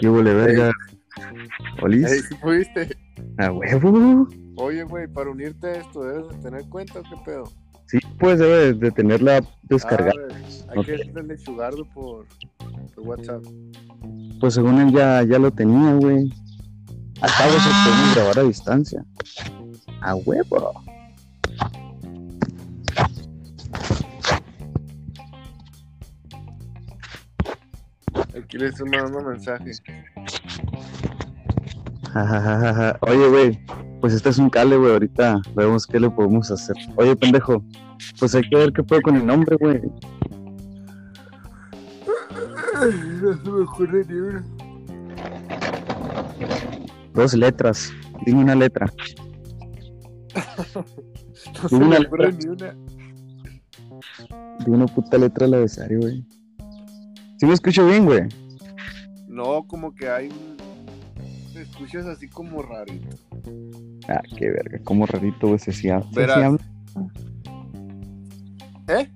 ¿Qué huele, verga? Ey, ¿Olis? ¿sí fuiste? ¿A huevo? Oye, güey, para unirte a esto, ¿debes de tener cuenta o qué pedo? Sí, pues debe de tenerla Ah, descargada. hay que darle chugardo por, por WhatsApp. Pues según él ya, ya lo tenía, güey. Al cabo se pueden grabar a distancia. A huevo. Aquí le estoy mandando mensaje. Ja, ja, ja, ja, ja. Oye, güey, pues este es un cale, güey. Ahorita vemos qué le podemos hacer. Oye, pendejo, pues hay que ver qué puedo con el nombre, güey. No se me ocurre ni una. Dos letras. Dime una letra. No se me Una ocurre letra. ni una. Dime una puta letra al abecedario, güey. ¿Sí me escucho bien, güey? No, como que hay un. Te escuchas así como rarito. Ah, qué verga, como rarito, güey, se sí hab- se Verás. sí habla. ¿Eh?